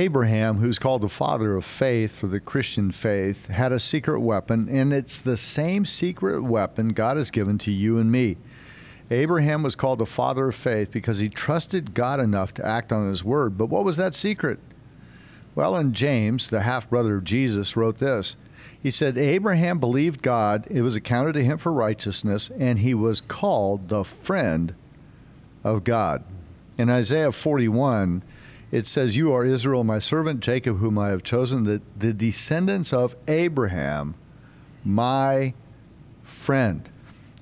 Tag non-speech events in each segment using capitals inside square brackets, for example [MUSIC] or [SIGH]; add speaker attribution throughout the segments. Speaker 1: Abraham, who's called the father of faith for the Christian faith, had a secret weapon, and it's the same secret weapon God has given to you and me. Abraham was called the father of faith because he trusted God enough to act on his word. But what was that secret? Well, in James, the half brother of Jesus, wrote this. He said, Abraham believed God, it was accounted to him for righteousness, and he was called the friend of God. In Isaiah 41, it says, You are Israel, my servant Jacob, whom I have chosen, the, the descendants of Abraham, my friend.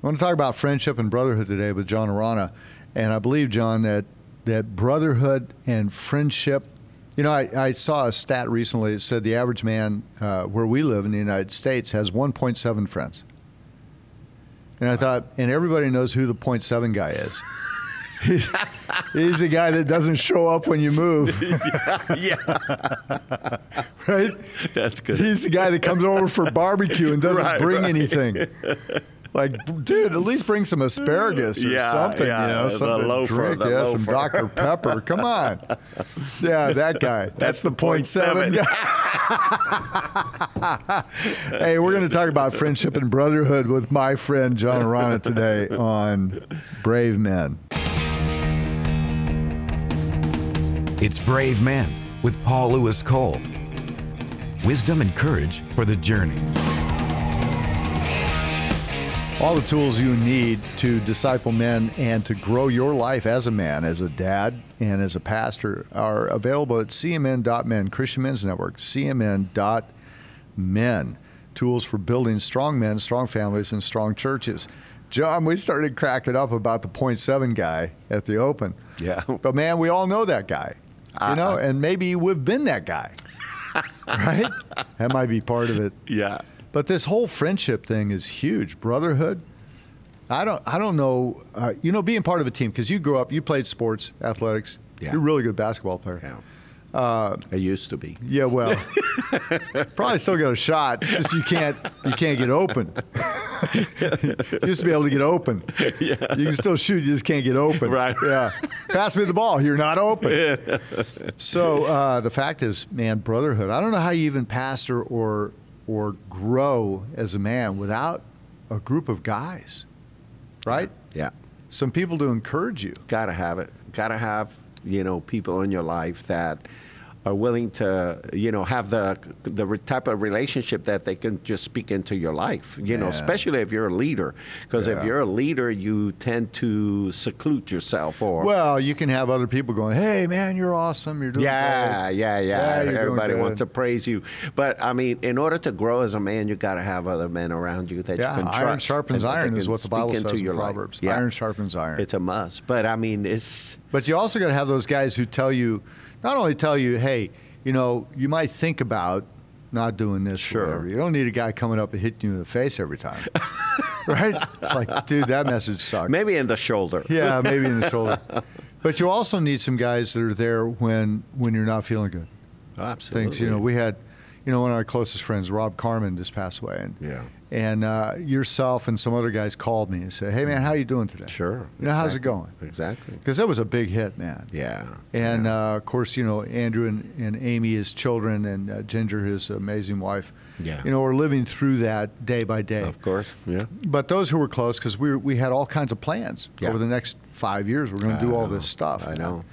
Speaker 1: I want to talk about friendship and brotherhood today with John Arana. And I believe, John, that, that brotherhood and friendship you know, I, I, saw a stat recently that said the average man uh, where we live in the United States has 1.7 friends. And I thought, and everybody knows who the 0.7 guy is. he's, he's the guy that doesn't show up when you move, [LAUGHS]
Speaker 2: yeah.
Speaker 1: right?
Speaker 2: That's good.
Speaker 1: He's the guy that comes over for barbecue and doesn't
Speaker 2: Right,
Speaker 1: bring
Speaker 2: right.
Speaker 1: anything. Like, dude, at least bring some asparagus or
Speaker 2: Yeah,
Speaker 1: something,
Speaker 2: yeah,
Speaker 1: you know,
Speaker 2: the
Speaker 1: something to
Speaker 2: loafer,
Speaker 1: drink,
Speaker 2: the
Speaker 1: yeah, some
Speaker 2: loafer.
Speaker 1: Dr. Pepper. Come on, yeah, that guy.
Speaker 2: [LAUGHS]
Speaker 1: That's, the point seven. guy.
Speaker 2: [LAUGHS]
Speaker 1: hey, we're going to talk about friendship and brotherhood with my friend John Arana today on Brave Men.
Speaker 3: It's Brave Men with Paul Lewis Cole. Wisdom and courage for the journey.
Speaker 1: All the tools you need to disciple men and to grow your life as a man, as a dad, and as a pastor are available at cmn.men, Christian Men's Network, cmn.men. Tools for building strong men, strong families, and strong churches. John, we started cracking up about the point seven guy at the open.
Speaker 2: Yeah.
Speaker 1: [LAUGHS] But man, we all know that guy. You know, and maybe we've been that guy. [LAUGHS] right? That might be part of it.
Speaker 2: Yeah.
Speaker 1: But this whole friendship thing is huge. Brotherhood. I don't. I don't know. Uh, you know, being part of a team because you grew up, you played sports, athletics.
Speaker 2: Yeah.
Speaker 1: You're a really good basketball player.
Speaker 2: Yeah.
Speaker 1: Uh,
Speaker 2: I used to be.
Speaker 1: Yeah, well, probably still got a shot. Just you can't. You can't get open. [LAUGHS] you used to be able to get open. Yeah. You can still shoot. You just can't get open.
Speaker 2: Right.
Speaker 1: Yeah. Pass me the ball. You're not open. so uh, the fact is, man, brotherhood. I don't know how you even pastor or or grow as a man without a group of guys, right?
Speaker 2: Yeah.
Speaker 1: Some people to encourage you.
Speaker 4: gotta have it. Gotta have you know people in your life that are willing to you know have the the re- type of relationship that they can just speak into your life. You know,
Speaker 1: Yeah.
Speaker 4: especially if you're a leader, because
Speaker 1: Yeah.
Speaker 4: if you're a leader, you tend to seclude yourself or.
Speaker 1: Well, you can have other people going, "Hey, man, you're awesome. You're doing
Speaker 4: yeah,
Speaker 1: great."
Speaker 4: yeah, yeah,
Speaker 1: Yeah, you're doing
Speaker 4: Everybody wants
Speaker 1: good.
Speaker 4: to praise you, but I mean, in order to grow as a man, you got to have other men around you that
Speaker 1: Yeah,
Speaker 4: you can trust.
Speaker 1: iron sharpens
Speaker 4: and that they
Speaker 1: iron is
Speaker 4: can
Speaker 1: what the
Speaker 4: speak
Speaker 1: Bible
Speaker 4: into
Speaker 1: says in
Speaker 4: your life.
Speaker 1: Proverbs.
Speaker 4: Yeah.
Speaker 1: Iron sharpens iron.
Speaker 4: It's a must, but I mean, it's
Speaker 1: but you also got to have those guys who tell you, not only tell you, hey, you know, you might think about not doing this. or
Speaker 4: Sure.
Speaker 1: whatever." You don't need a guy coming up and hitting you in the face every
Speaker 4: [LAUGHS]
Speaker 1: time, right? It's like, dude, that message sucks.
Speaker 4: maybe in the shoulder.
Speaker 1: [LAUGHS] Yeah, maybe in the shoulder. But you also need some guys that are there when when you're not feeling good.
Speaker 4: Absolutely.
Speaker 1: things. You know, we had, you know, one of our closest friends, Rob Carmen, just passed away, and
Speaker 4: Yeah.
Speaker 1: and uh, yourself and some other guys called me and said, "Hey, man, how you doing today?
Speaker 4: Sure.
Speaker 1: you know, how's it
Speaker 4: exactly,
Speaker 1: going?
Speaker 4: Exactly.
Speaker 1: Because that was a big hit, man.
Speaker 4: Yeah.
Speaker 1: And
Speaker 4: yeah.
Speaker 1: uh, of course, you know, Andrew and, and Amy, his children, and uh, Ginger, his amazing wife.
Speaker 4: Yeah.
Speaker 1: You know, we're living through that day by day.
Speaker 4: of course. Yeah.
Speaker 1: But those who were close, because we, we had all kinds of plans
Speaker 4: Yeah.
Speaker 1: over the next five years. We're going to
Speaker 4: I
Speaker 1: do all
Speaker 4: know.
Speaker 1: this stuff.
Speaker 4: I know.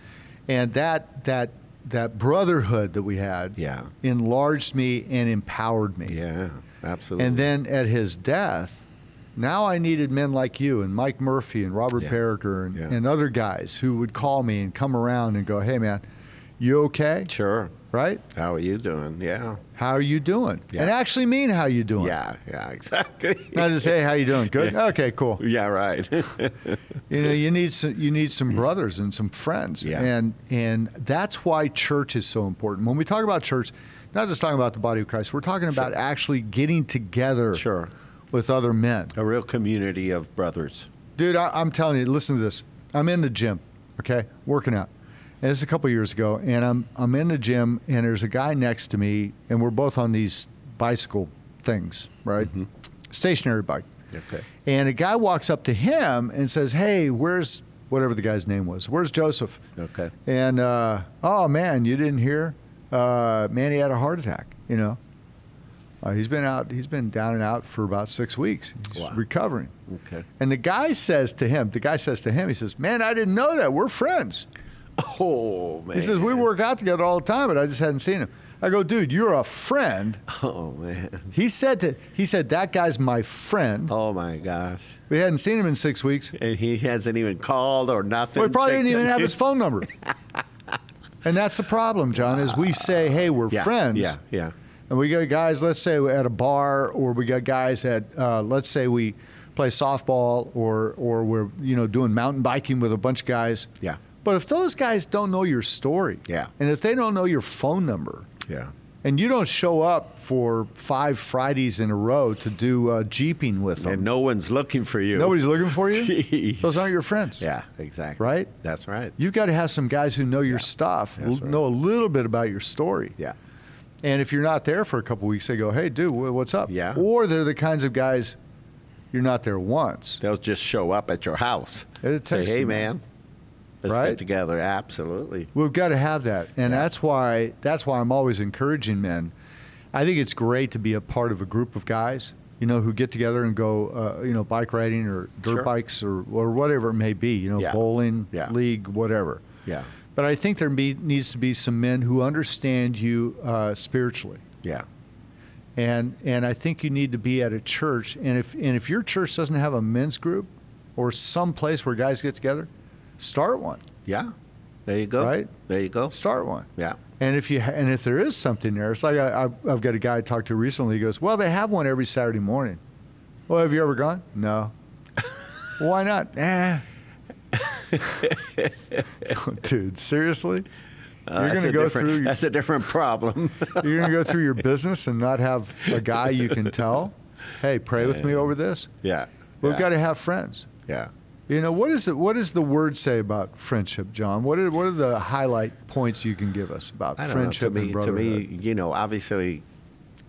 Speaker 1: And that that that brotherhood that we had
Speaker 4: Yeah.
Speaker 1: enlarged me and empowered me.
Speaker 4: Yeah. Absolutely.
Speaker 1: And then at his death, now I needed men like you and Mike Murphy and Robert
Speaker 4: Yeah.
Speaker 1: Parricker and,
Speaker 4: Yeah.
Speaker 1: and other guys who would call me and come around and go, "Hey, man, you okay?
Speaker 4: Sure.
Speaker 1: Right?
Speaker 4: How are you doing? Yeah.
Speaker 1: How are you doing?"
Speaker 4: Yeah.
Speaker 1: And actually mean how you doing.
Speaker 4: Yeah. Yeah. [LAUGHS] Exactly.
Speaker 1: Not just hey, how you doing? Good. Okay, cool.
Speaker 4: [LAUGHS] yeah. Right. [LAUGHS]
Speaker 1: You know, you need some you need some brothers and some friends,
Speaker 4: Yeah.
Speaker 1: and and that's why church is so important. When we talk about church, not just talking about the body of Christ, we're talking about actually getting together,
Speaker 4: Sure.
Speaker 1: with other men.
Speaker 4: A real community of brothers.
Speaker 1: Dude, I, I'm telling you, listen to this. I'm in the gym, okay, working out, and it's a couple years ago, and I'm I'm in the gym, and there's a guy next to me, and we're both on these bicycle things, right, stationary bike.
Speaker 4: Mm-hmm. Okay.
Speaker 1: And a guy walks up to him and says, "Hey, where's whatever the guy's name was? Where's Joseph?"
Speaker 4: Okay.
Speaker 1: And uh, oh man, you didn't hear? uh, man, he had a heart attack. You know, uh, he's been out. He's been down and out for about six weeks. He's
Speaker 4: Wow.
Speaker 1: recovering.
Speaker 4: Okay.
Speaker 1: And the guy says to him, the guy says to him, he says, "Man, I didn't know that. We're friends."
Speaker 4: Oh man.
Speaker 1: He says, "We work out together all the time, but I just hadn't seen him." I go, "Dude, you're a friend."
Speaker 4: Oh man.
Speaker 1: He said to he said that guy's my friend.
Speaker 4: Oh my gosh.
Speaker 1: We hadn't seen him in six weeks.
Speaker 4: And he hasn't even called or nothing.
Speaker 1: We probably
Speaker 4: checked
Speaker 1: didn't even
Speaker 4: in.
Speaker 1: have his phone
Speaker 4: [LAUGHS]
Speaker 1: number. And that's the problem, John. Is we say, "Hey, we're
Speaker 4: Yeah,
Speaker 1: friends."
Speaker 4: Yeah, yeah.
Speaker 1: And we got guys, let's say at a bar, or we got guys at, uh, let's say we play softball, or or we're you know doing mountain biking with a bunch of guys.
Speaker 4: Yeah.
Speaker 1: But if those guys don't know your story,
Speaker 4: Yeah.
Speaker 1: and if they don't know your phone number,
Speaker 4: Yeah.
Speaker 1: and you don't show up for five Fridays in a row to do uh, jeeping with them,
Speaker 4: And no one's looking for you.
Speaker 1: nobody's looking for you.
Speaker 4: Jeez.
Speaker 1: Those aren't your friends.
Speaker 4: Yeah, exactly.
Speaker 1: Right?
Speaker 4: That's right.
Speaker 1: You've got to have some guys who know your stuff, l-
Speaker 4: that's right.
Speaker 1: know a little bit about your story.
Speaker 4: Yeah.
Speaker 1: And if you're not there for a couple weeks, they go, "Hey, dude, wh- what's up?"
Speaker 4: Yeah.
Speaker 1: Or they're the kinds of guys you're not there once.
Speaker 4: They'll just show up at your house.
Speaker 1: It
Speaker 4: Say,
Speaker 1: takes
Speaker 4: hey,
Speaker 1: them-
Speaker 4: man, let's
Speaker 1: Right?
Speaker 4: get together. Absolutely.
Speaker 1: We've got to have that, and that's why that's why I'm always encouraging men. I think it's great to be a part of a group of guys, you know, who get together and go, uh, you know, bike riding or dirt
Speaker 4: Sure.
Speaker 1: bikes or or whatever it may be, you know,
Speaker 4: Yeah.
Speaker 1: bowling,
Speaker 4: Yeah.
Speaker 1: league, whatever.
Speaker 4: Yeah.
Speaker 1: But I think there be, needs to be some men who understand you uh, spiritually.
Speaker 4: Yeah.
Speaker 1: and and I think you need to be at a church. And if and if your church doesn't have a men's group or some place where guys get together, start one.
Speaker 4: Yeah. There you go.
Speaker 1: Right?
Speaker 4: There you go.
Speaker 1: Start one.
Speaker 4: Yeah.
Speaker 1: And if you ha- and if there is something there, it's like I, I've, I've got a guy I talked to recently. He goes, "Well, they have one every Saturday morning." Well, have you ever gone? No. [LAUGHS] Why not? Eh. [LAUGHS] Dude, seriously?
Speaker 4: Uh,
Speaker 1: You're
Speaker 4: that's
Speaker 1: gonna
Speaker 4: a
Speaker 1: go
Speaker 4: different-
Speaker 1: through-
Speaker 4: [LAUGHS] That's a different problem. [LAUGHS]
Speaker 1: You're gonna go through your business and not have a guy you can tell, "Hey, pray with me over this."
Speaker 4: yeah.
Speaker 1: We've
Speaker 4: yeah.
Speaker 1: got to have friends.
Speaker 4: Yeah.
Speaker 1: You know what is it? What does the word say about friendship, John? What are what are the highlight points you can give us about
Speaker 4: I don't
Speaker 1: friendship
Speaker 4: know. To
Speaker 1: and
Speaker 4: me, to
Speaker 1: brotherhood?
Speaker 4: me, you know, obviously,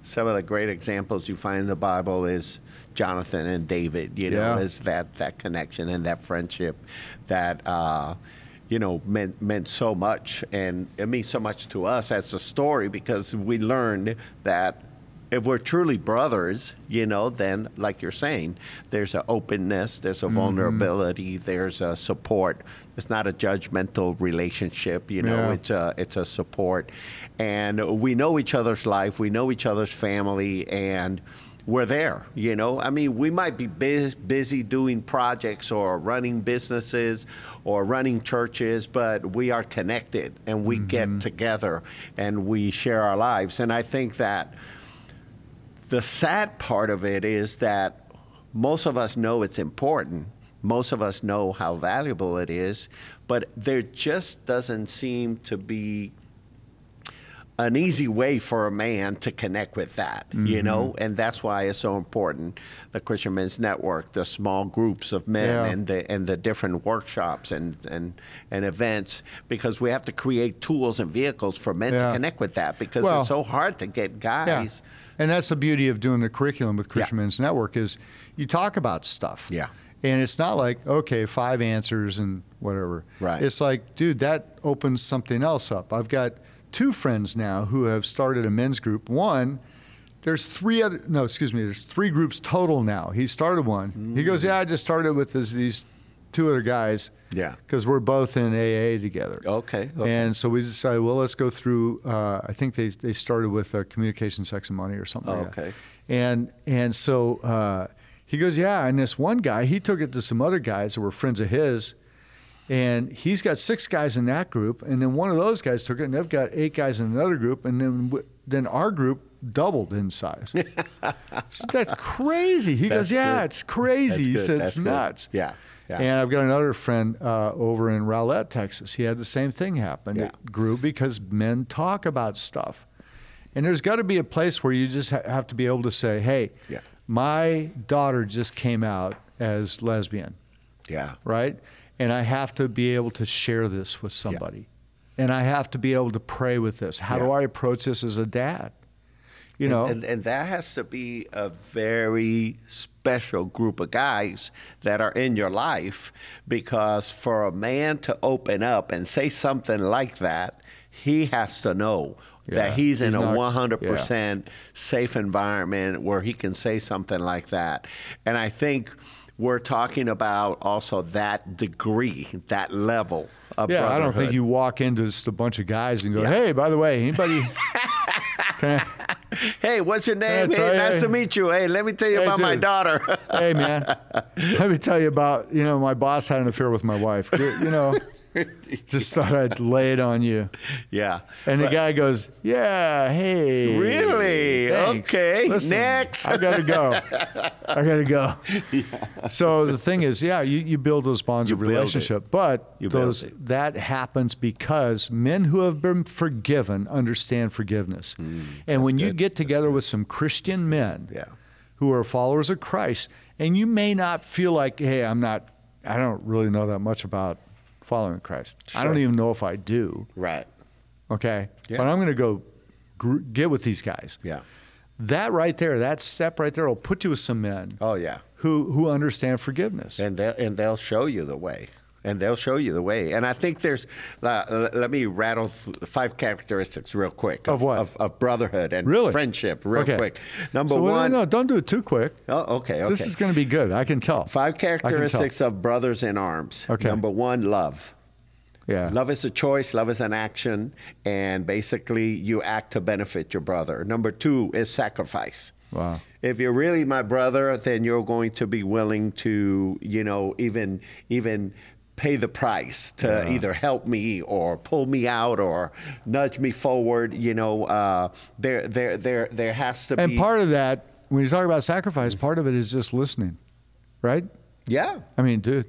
Speaker 4: some of the great examples you find in the Bible is Jonathan and David. You know,
Speaker 1: Yeah.
Speaker 4: is that that connection and that friendship that uh, you know meant meant so much, and it means so much to us as a story because we learned that. If we're truly brothers, you know, then like you're saying, there's an openness, there's
Speaker 1: Mm-hmm.
Speaker 4: a vulnerability, there's a support. It's not a judgmental relationship, you know.
Speaker 1: Yeah.
Speaker 4: It's a it's a support, and we know each other's life, we know each other's family, and we're there. You know, I mean, we might be bus busy doing projects or running businesses or running churches, but we are connected and we get together and we share our lives. And I think that the sad part of it is that most of us know it's important. Most of us know how valuable it is, but there just doesn't seem to be an easy way for a man to connect with that, you
Speaker 1: Mm-hmm.
Speaker 4: know? And that's why it's so important the Christian Men's Network, the small groups of men
Speaker 1: Yeah.
Speaker 4: and the and the different workshops and, and and events because we have to create tools and vehicles for men
Speaker 1: Yeah.
Speaker 4: to connect with that because
Speaker 1: Well-
Speaker 4: it's so hard to get
Speaker 1: yeah.
Speaker 4: guys
Speaker 1: And that's the beauty of doing the curriculum with Christian
Speaker 4: Yeah.
Speaker 1: Men's Network is you talk about stuff.
Speaker 4: Yeah.
Speaker 1: And it's not like okay, five answers and whatever.
Speaker 4: Right.
Speaker 1: It's like, dude, that opens something else up. I've got two friends now who have started a men's group. One, there's three other. No, excuse me. There's three groups total now. He started one. He goes,
Speaker 4: Mm.
Speaker 1: yeah, I just started with this, these two other guys.
Speaker 4: Yeah.
Speaker 1: Because we're both in AA together.
Speaker 4: Okay, okay.
Speaker 1: And so we decided, well, let's go through. Uh, I think they, they started with uh, communication, sex, and money, or something. like that.
Speaker 4: Oh, Okay.
Speaker 1: And and so uh, he goes, yeah. And this one guy, he took it to some other guys that were friends of his, and he's got six guys in that group, and then one of those guys took it, and they've got eight guys in another group, and then w- then our group doubled in
Speaker 4: [LAUGHS]
Speaker 1: size. so that's crazy. He goes,
Speaker 4: That's
Speaker 1: yeah,
Speaker 4: good.
Speaker 1: it's crazy.
Speaker 4: That's
Speaker 1: he
Speaker 4: good.
Speaker 1: said
Speaker 4: That's
Speaker 1: it's
Speaker 4: good.
Speaker 1: nuts.
Speaker 4: Yeah, yeah.
Speaker 1: And I've got another friend uh, over in Rowlett, Texas. He had the same thing happen.
Speaker 4: Yeah.
Speaker 1: It grew because men talk about stuff. And there's got to be a place where you just ha- have to be able to say, hey,
Speaker 4: Yeah.
Speaker 1: my daughter just came out as lesbian,
Speaker 4: Yeah.
Speaker 1: right? And I have to be able to share this with somebody. And I have to be able to pray with this. How do
Speaker 4: Yeah.
Speaker 1: I approach this as a dad? You
Speaker 4: And-
Speaker 1: know,
Speaker 4: and, and that has to be a very special group of guys that are in your life because for a man to open up and say something like that, he has to know that
Speaker 2: Yeah.
Speaker 4: he's in
Speaker 2: He's
Speaker 4: a
Speaker 2: not-
Speaker 4: 100% safe environment where he can say something like that. And I think we're talking about also that degree, that level of
Speaker 1: Yeah, I don't think
Speaker 4: brotherhood.
Speaker 1: you walk into just a bunch of guys and go,
Speaker 4: Yeah.
Speaker 1: "Hey, by the way, anybody? can I-
Speaker 4: Hey, what's your name?
Speaker 1: That's
Speaker 4: hey,
Speaker 1: right,
Speaker 4: nice
Speaker 1: hey.
Speaker 4: to meet you. Hey, let me tell you
Speaker 1: Hey,
Speaker 4: about my
Speaker 1: dude.
Speaker 4: daughter. [LAUGHS]
Speaker 1: hey, man, let me tell you about you know my boss had an affair with my wife. You, you know, just thought I'd lay it on you."
Speaker 4: yeah.
Speaker 1: And the guy goes, "Yeah, hey,
Speaker 4: Really?
Speaker 1: thanks.
Speaker 4: Okay,
Speaker 1: Listen,
Speaker 4: next."
Speaker 1: I gotta
Speaker 4: [LAUGHS]
Speaker 1: go. I gotta go." So the thing is, yeah, you, you build those bonds of
Speaker 4: build it.
Speaker 1: relationship, but
Speaker 4: You build
Speaker 1: those
Speaker 4: it.
Speaker 1: that happens because men who have been forgiven understand forgiveness,
Speaker 4: Mm,
Speaker 1: and when you get together with some Christian men,
Speaker 4: Yeah.
Speaker 1: who are followers of Christ, and you may not feel like, "Hey, I'm not. I don't really know that much about." Following Christ. I don't
Speaker 4: Sure.
Speaker 1: even know if I do
Speaker 4: Right.
Speaker 1: okay
Speaker 4: Yeah.
Speaker 1: but i'm going to go gr- get with these guys
Speaker 4: Yeah.
Speaker 1: that right there that step right there will put you with some men
Speaker 4: Oh, yeah.
Speaker 1: who who understand forgiveness
Speaker 4: and they'll and they'll show you the way and they'll show you the way and i think there's uh, l- let me rattle th- five characteristics real quick
Speaker 1: Of what?
Speaker 4: of, of brotherhood and
Speaker 1: really
Speaker 4: friendship real
Speaker 1: Okay.
Speaker 4: quick number
Speaker 1: So, well,
Speaker 4: one
Speaker 1: no, no don't do it too quick
Speaker 4: Oh, okay, okay.
Speaker 1: this is going to be good i can tell I
Speaker 4: five
Speaker 1: can tell.
Speaker 4: characteristics of brothers in arms
Speaker 1: Okay.
Speaker 4: number one love
Speaker 1: yeah
Speaker 4: Love is a choice, love is an action, and basically you act to benefit your brother. Number two is sacrifice.
Speaker 1: Wow.
Speaker 4: If you're really my brother, then you're going to be willing to, you know, even even pay the price to either help me or pull me out or nudge me forward. You know, uh, there there there there has to
Speaker 1: and
Speaker 4: be
Speaker 1: part of that when you talk about sacrifice part of it is just listening right
Speaker 4: yeah.
Speaker 1: i mean dude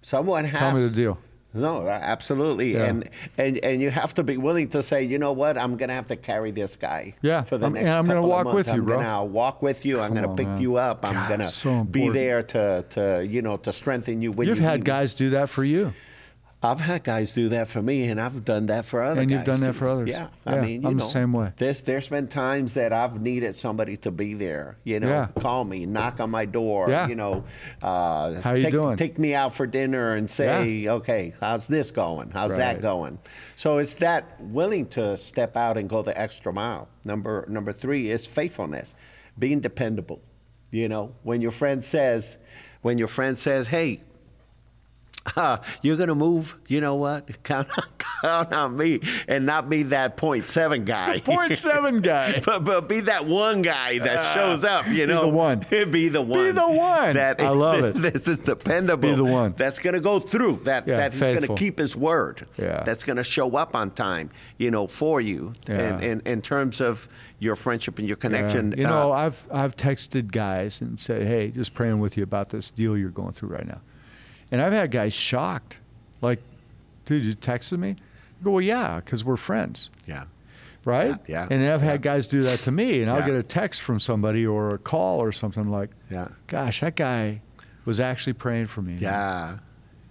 Speaker 4: Someone has
Speaker 1: tell me the deal
Speaker 4: No, a- absolutely,
Speaker 1: Yeah.
Speaker 4: and and and you have to be willing to say, you know what, I'm gonna have to carry this guy.
Speaker 1: Yeah,
Speaker 4: for the
Speaker 1: I'm-
Speaker 4: next
Speaker 1: and I'm gonna
Speaker 4: couple of
Speaker 1: walk
Speaker 4: months.
Speaker 1: with you,
Speaker 4: I'm
Speaker 1: bro.
Speaker 4: Gonna, I'll walk with you. I'm
Speaker 1: Come
Speaker 4: gonna
Speaker 1: on,
Speaker 4: pick
Speaker 1: man.
Speaker 4: you up. I'm
Speaker 1: God,
Speaker 4: gonna
Speaker 1: it's so
Speaker 4: be
Speaker 1: important.
Speaker 4: there to to you know to strengthen you when
Speaker 1: you've
Speaker 4: you
Speaker 1: had
Speaker 4: need me.
Speaker 1: guys do that for you
Speaker 4: I've had guys do that for me, and I've done that for others.
Speaker 1: And you've done that for others.
Speaker 4: Yeah,
Speaker 1: Yeah,
Speaker 4: I mean, you
Speaker 1: I'm the
Speaker 4: know,
Speaker 1: same way.
Speaker 4: There's there's been times that I've needed somebody to be there. You know,
Speaker 1: Yeah.
Speaker 4: call me, knock on my door.
Speaker 1: Yeah.
Speaker 4: You know, uh,
Speaker 1: How you
Speaker 4: take,
Speaker 1: doing?
Speaker 4: Take me out for dinner and say, okay, how's this going? How's
Speaker 1: Right.
Speaker 4: that going? So it's that willing to step out and go the extra mile. Number number three is faithfulness, being dependable. You know, when your friend says, when your friend says, hey, uh, [LAUGHS] you're gonna move. You know what? [LAUGHS] Count on, count on me, and not be that point seven guy.
Speaker 1: [LAUGHS] point seven guy
Speaker 4: [LAUGHS]
Speaker 1: Ah,
Speaker 4: But, but be that one guy that shows up,
Speaker 1: be
Speaker 4: you know.
Speaker 1: the one.
Speaker 4: [LAUGHS] be the one.
Speaker 1: the one.
Speaker 4: That
Speaker 1: I
Speaker 4: is-
Speaker 1: love it.
Speaker 4: This is dependable.
Speaker 1: Be the one.
Speaker 4: That's going to go through. That
Speaker 1: Yeah,
Speaker 4: that he's going
Speaker 1: faithful.
Speaker 4: to keep his word.
Speaker 1: Yeah.
Speaker 4: That's going to show up on time, you know, for you.
Speaker 1: Yeah.
Speaker 4: And, and in terms of your friendship and your connection.
Speaker 1: Yeah. You know,
Speaker 4: uh,
Speaker 1: I've I've texted guys and said, "Hey, just praying with you about this deal you're going through right now," and I've had guys shocked, like, "Dude, you texted me?" I go, "Well, yeah, because we're friends,
Speaker 4: yeah.
Speaker 1: right?"
Speaker 4: Yeah, yeah,
Speaker 1: And I've had guys do that to me, and I'll
Speaker 4: Yeah.
Speaker 1: get a text from somebody or a call or something like,
Speaker 4: Yeah.
Speaker 1: gosh, that guy was actually praying for me."
Speaker 4: Yeah.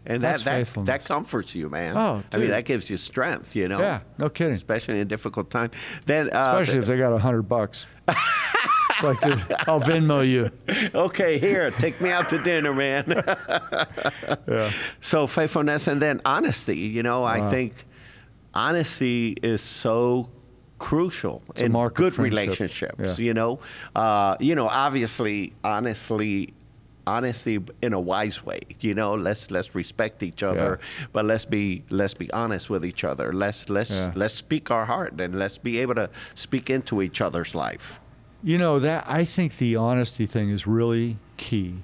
Speaker 4: And
Speaker 1: That's
Speaker 4: that, that,
Speaker 1: faithfulness.
Speaker 4: that comforts you, man.
Speaker 1: Oh,
Speaker 4: I mean,
Speaker 1: dude.
Speaker 4: that gives you strength, you know?
Speaker 1: Yeah, no kidding.
Speaker 4: Especially in a difficult time. Then, uh,
Speaker 1: Especially if they got a hundred bucks. It's like, dude, I'll Venmo
Speaker 4: [LAUGHS]
Speaker 1: you.
Speaker 4: okay, here, take me out to dinner, man.
Speaker 1: [LAUGHS]
Speaker 4: So faithfulness and then honesty. You know, I think honesty is so crucial
Speaker 1: a
Speaker 4: in
Speaker 1: mark of
Speaker 4: good
Speaker 1: friendship.
Speaker 4: relationships.
Speaker 1: Yeah.
Speaker 4: You know, uh, you know, obviously, honestly. Honesty in a wise way, you know. Let's let's respect each other, but let's be let's be honest with each other. Let's let's
Speaker 1: Yeah.
Speaker 4: let's speak our heart and let's be able to speak into each other's life.
Speaker 1: You know that I think the honesty thing is really key,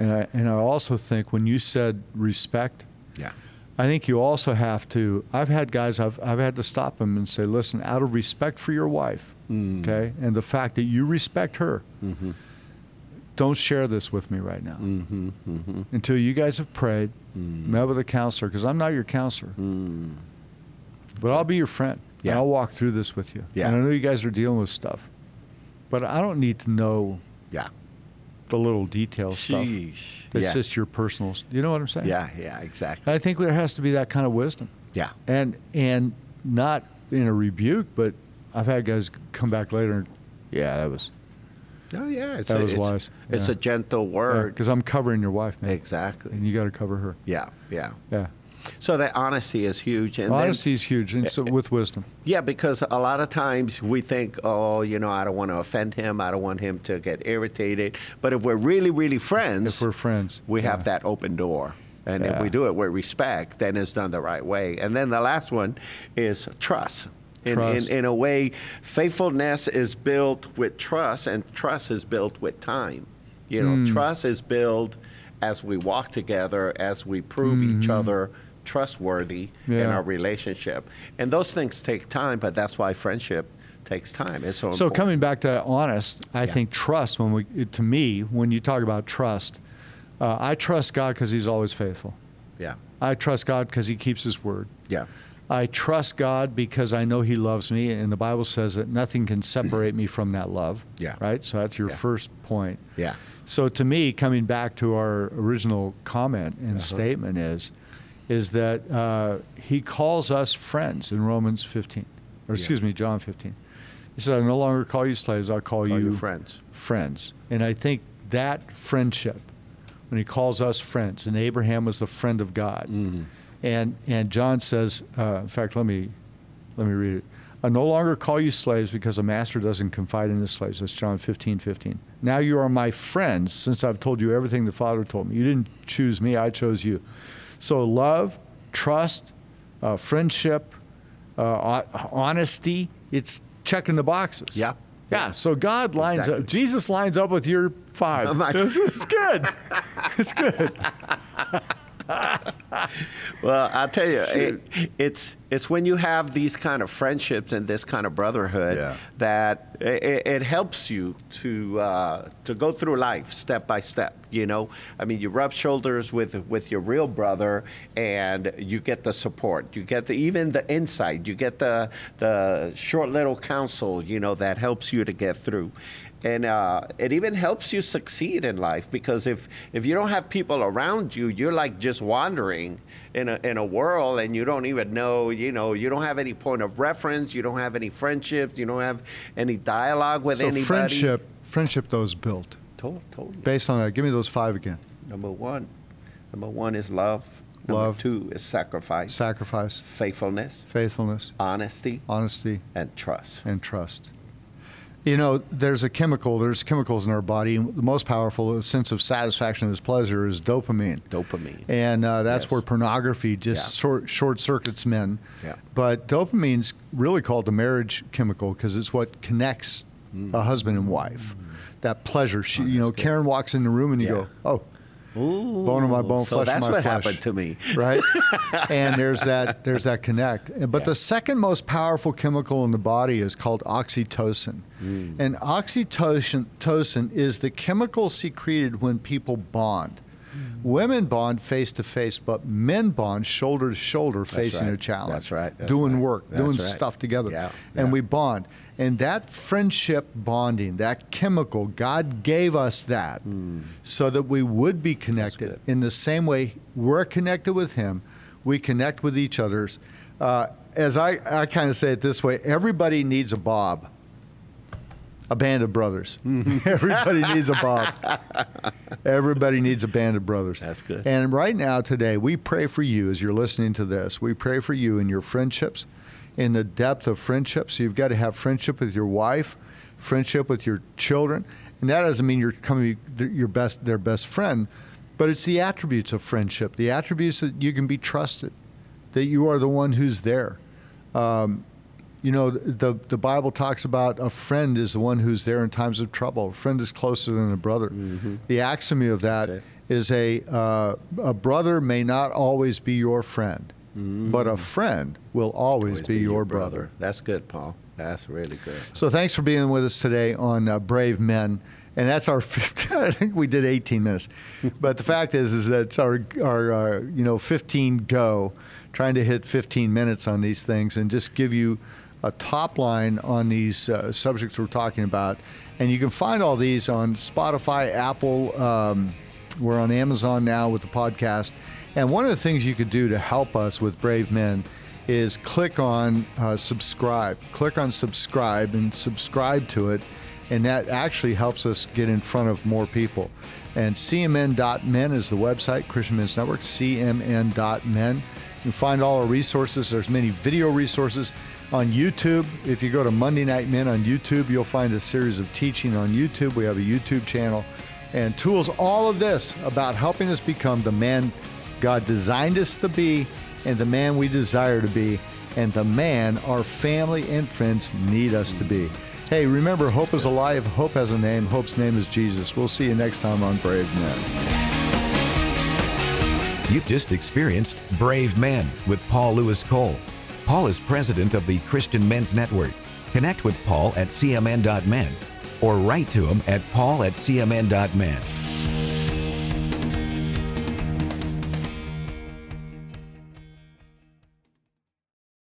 Speaker 1: and I, and I also think when you said respect,
Speaker 4: Yeah,
Speaker 1: I think you also have to. I've had guys I've I've had to stop them and say, listen, out of respect for your wife,
Speaker 4: Mm.
Speaker 1: okay, and the fact that you respect her,
Speaker 4: Mm-hmm.
Speaker 1: don't share this with me right now
Speaker 4: mm-hmm.
Speaker 1: until you guys have prayed,
Speaker 4: Mm.
Speaker 1: met with a counselor, because I'm not your counselor, but I'll be your friend.
Speaker 4: Yeah.
Speaker 1: And I'll walk through this with you.
Speaker 4: Yeah.
Speaker 1: And I know you guys are dealing with stuff, but I don't need to know
Speaker 4: yeah,
Speaker 1: the little detail stuff.
Speaker 4: Sheesh.
Speaker 1: That's
Speaker 4: yeah.
Speaker 1: just your personal. s- You know what I'm saying?
Speaker 4: yeah, yeah, exactly.
Speaker 1: I think there has to be that kind of wisdom.
Speaker 4: Yeah.
Speaker 1: And and not in a rebuke, but I've had guys come back later. and, Yeah, that was
Speaker 4: Oh yeah, it's
Speaker 1: That
Speaker 4: a,
Speaker 1: was
Speaker 4: it's,
Speaker 1: wise,
Speaker 4: It's
Speaker 1: yeah.
Speaker 4: a gentle word.
Speaker 1: because I'm uh, covering your wife, man,
Speaker 4: Exactly.
Speaker 1: and you got to cover her.
Speaker 4: Yeah, yeah.
Speaker 1: Yeah.
Speaker 4: So that honesty is huge. And then-
Speaker 1: Honesty is huge, and so with wisdom.
Speaker 4: yeah, because a lot of times we think, oh, you know, I don't want to offend him. I don't want him to get irritated. But if we're really, really friends,
Speaker 1: If we're friends,
Speaker 4: we
Speaker 1: yeah.
Speaker 4: have that open door. And if we do it with respect, then it's done the right way. And then the last one is trust. In,
Speaker 1: Trust.
Speaker 4: In, in a way, faithfulness is built with trust, and trust is built with time. You
Speaker 1: Hmm.
Speaker 4: know, trust is built as we walk together, as we prove each other trustworthy in
Speaker 1: Mm-hmm. Yeah.
Speaker 4: our relationship. And those things take time, but that's why friendship takes time. It's so,
Speaker 1: So
Speaker 4: important.
Speaker 1: coming back to honest, I
Speaker 4: Yeah.
Speaker 1: think trust. When we, it- to me, when you talk about trust, uh, I trust God because He's always faithful.
Speaker 4: Yeah.
Speaker 1: I trust God because He keeps His word.
Speaker 4: Yeah.
Speaker 1: I trust God because I know He loves me, and the Bible says that nothing can separate me from that love.
Speaker 4: Yeah.
Speaker 1: Right. So that's your
Speaker 4: Yeah.
Speaker 1: first point.
Speaker 4: Yeah.
Speaker 1: So to me, coming back to our original comment and statement is, is that uh, he calls us friends in Romans 15, or excuse me, John 15. He says, "I no longer call you slaves; I call,
Speaker 4: Call
Speaker 1: you
Speaker 4: you friends.
Speaker 1: Friends." And I think that friendship, when he calls us friends, and Abraham was the friend of God, and and John says, uh, in fact, let me let me read it. I no longer call you slaves because a master doesn't confide in his slaves. That's John 15, 15. Now you are my friends since I've told you everything the Father told me. You didn't choose me, I chose you. So love, trust, uh, friendship, uh, hon- honesty, it's checking the boxes.
Speaker 4: Yeah.
Speaker 1: Yeah. So God lines
Speaker 4: Exactly.
Speaker 1: up, Jesus lines up with your [LAUGHS] five.
Speaker 4: My-
Speaker 1: This is good. it's good.
Speaker 4: Well, I'll tell you, it, it's it's when you have these kind of friendships and this kind of brotherhood
Speaker 2: Yeah.
Speaker 4: that it, it helps you to uh, to go through life step by step. You know, I mean, you rub shoulders with with your real brother, and you get the support. You get the even the insight. You get the the short little counsel. You know that helps you to get through. And uh, it even helps you succeed in life because if, if you don't have people around you, you're like just wandering in a, in a world and you don't even know, you know, you don't have any point of reference, you don't have any friendships, you don't have any dialogue
Speaker 1: [LAUGHS]
Speaker 4: with
Speaker 1: So
Speaker 4: anybody.
Speaker 1: friendship, friendship though is built.
Speaker 4: To- totally.
Speaker 1: Based on that, give me those five again.
Speaker 4: Number one. Number one is love. Number
Speaker 1: Love.
Speaker 4: two is sacrifice,
Speaker 1: Sacrifice,
Speaker 4: faithfulness,
Speaker 1: faithfulness,
Speaker 4: honesty,
Speaker 1: honesty,
Speaker 4: and trust.
Speaker 1: and trust. You know, there's a chemical, there's chemicals in our body. The most powerful sense of satisfaction is pleasure is dopamine.
Speaker 4: Dopamine.
Speaker 1: And uh, that's
Speaker 4: Yes.
Speaker 1: where pornography just
Speaker 4: Yeah.
Speaker 1: short, short circuits men.
Speaker 4: Yeah.
Speaker 1: But dopamine's really called the marriage chemical because it's what connects
Speaker 4: Mm.
Speaker 1: a husband and wife. That pleasure. She, you know, Karen walks in the room and you
Speaker 4: Oh, Yeah.
Speaker 1: go, oh, bone of my bone,
Speaker 4: so
Speaker 1: flesh of
Speaker 4: that's
Speaker 1: my
Speaker 4: what
Speaker 1: flesh
Speaker 4: happened to me.
Speaker 1: right? and there's that there's that connect. And- But the second most powerful chemical in the body is called oxytocin. And oxytocin tocin is the chemical secreted when people bond. Women bond face to face, but men bond shoulder to shoulder, facing
Speaker 4: right.
Speaker 1: a challenge,
Speaker 4: That's right. That's
Speaker 1: doing
Speaker 4: right.
Speaker 1: work,
Speaker 4: That's
Speaker 1: doing
Speaker 4: right.
Speaker 1: stuff together,
Speaker 4: Yeah.
Speaker 1: and
Speaker 4: Yeah.
Speaker 1: we bond. And that friendship bonding, that chemical, God gave us that so that we would be connected.
Speaker 4: Hmm. good.
Speaker 1: In the same way we're connected with Him, we connect with each other's. Uh, as I, I kind of say it this way everybody needs a Bob, a band of brothers. [LAUGHS] everybody needs a Bob. Everybody needs a band of brothers.
Speaker 4: That's good.
Speaker 1: And right now, today, we pray for you as you're listening to this. We pray for you in your friendships, in the depth of friendships. You've got to have friendship with your wife, friendship with your children, and that doesn't mean you're coming your best their best friend, but it's the attributes of friendship, the attributes that you can be trusted, that you are the one who's there. You know, the the Bible talks about a friend is the one who's there in times of trouble. A friend is closer than a brother. The axiomy of that
Speaker 4: That's
Speaker 1: is a uh, a brother may not always be your friend, but a friend will Mm. always, be, your, brother.
Speaker 4: That's good, Paul. That's really good.
Speaker 1: So thanks for being with us today on uh, Brave Men. And that's our 15, [LAUGHS] I think we did 18 minutes. But the fact is is that it's our our uh, you know 15 go trying to hit 15 minutes on these things and just give you a top line on these uh, subjects we're talking about. And you can find all these on Spotify, Apple, um, we're on Amazon now with the podcast. And one of the things you could do to help us with Brave Men is click on uh, subscribe. Click on subscribe and subscribe to it. And that actually helps us get in front of more people. And cmn.men is the website, Christian Men's Network, cmn.men. You find all our resources. There's many video resources on YouTube. If you go to Monday Night Men on YouTube, you'll find a series of teaching on YouTube. We have a YouTube channel and tools. All of this about helping us become the man God designed us to be and the man we desire to be and the man our family and friends need us to be. Hey, remember, hope is alive. Hope has a name. Hope's name is Jesus. We'll see you next time on Brave Men.
Speaker 3: You've just experienced Brave Men with Paul Lewis Cole. Paul is president of the Christian Men's Network. Connect with Paul at cmn.men or write to him at paul at cmn.men.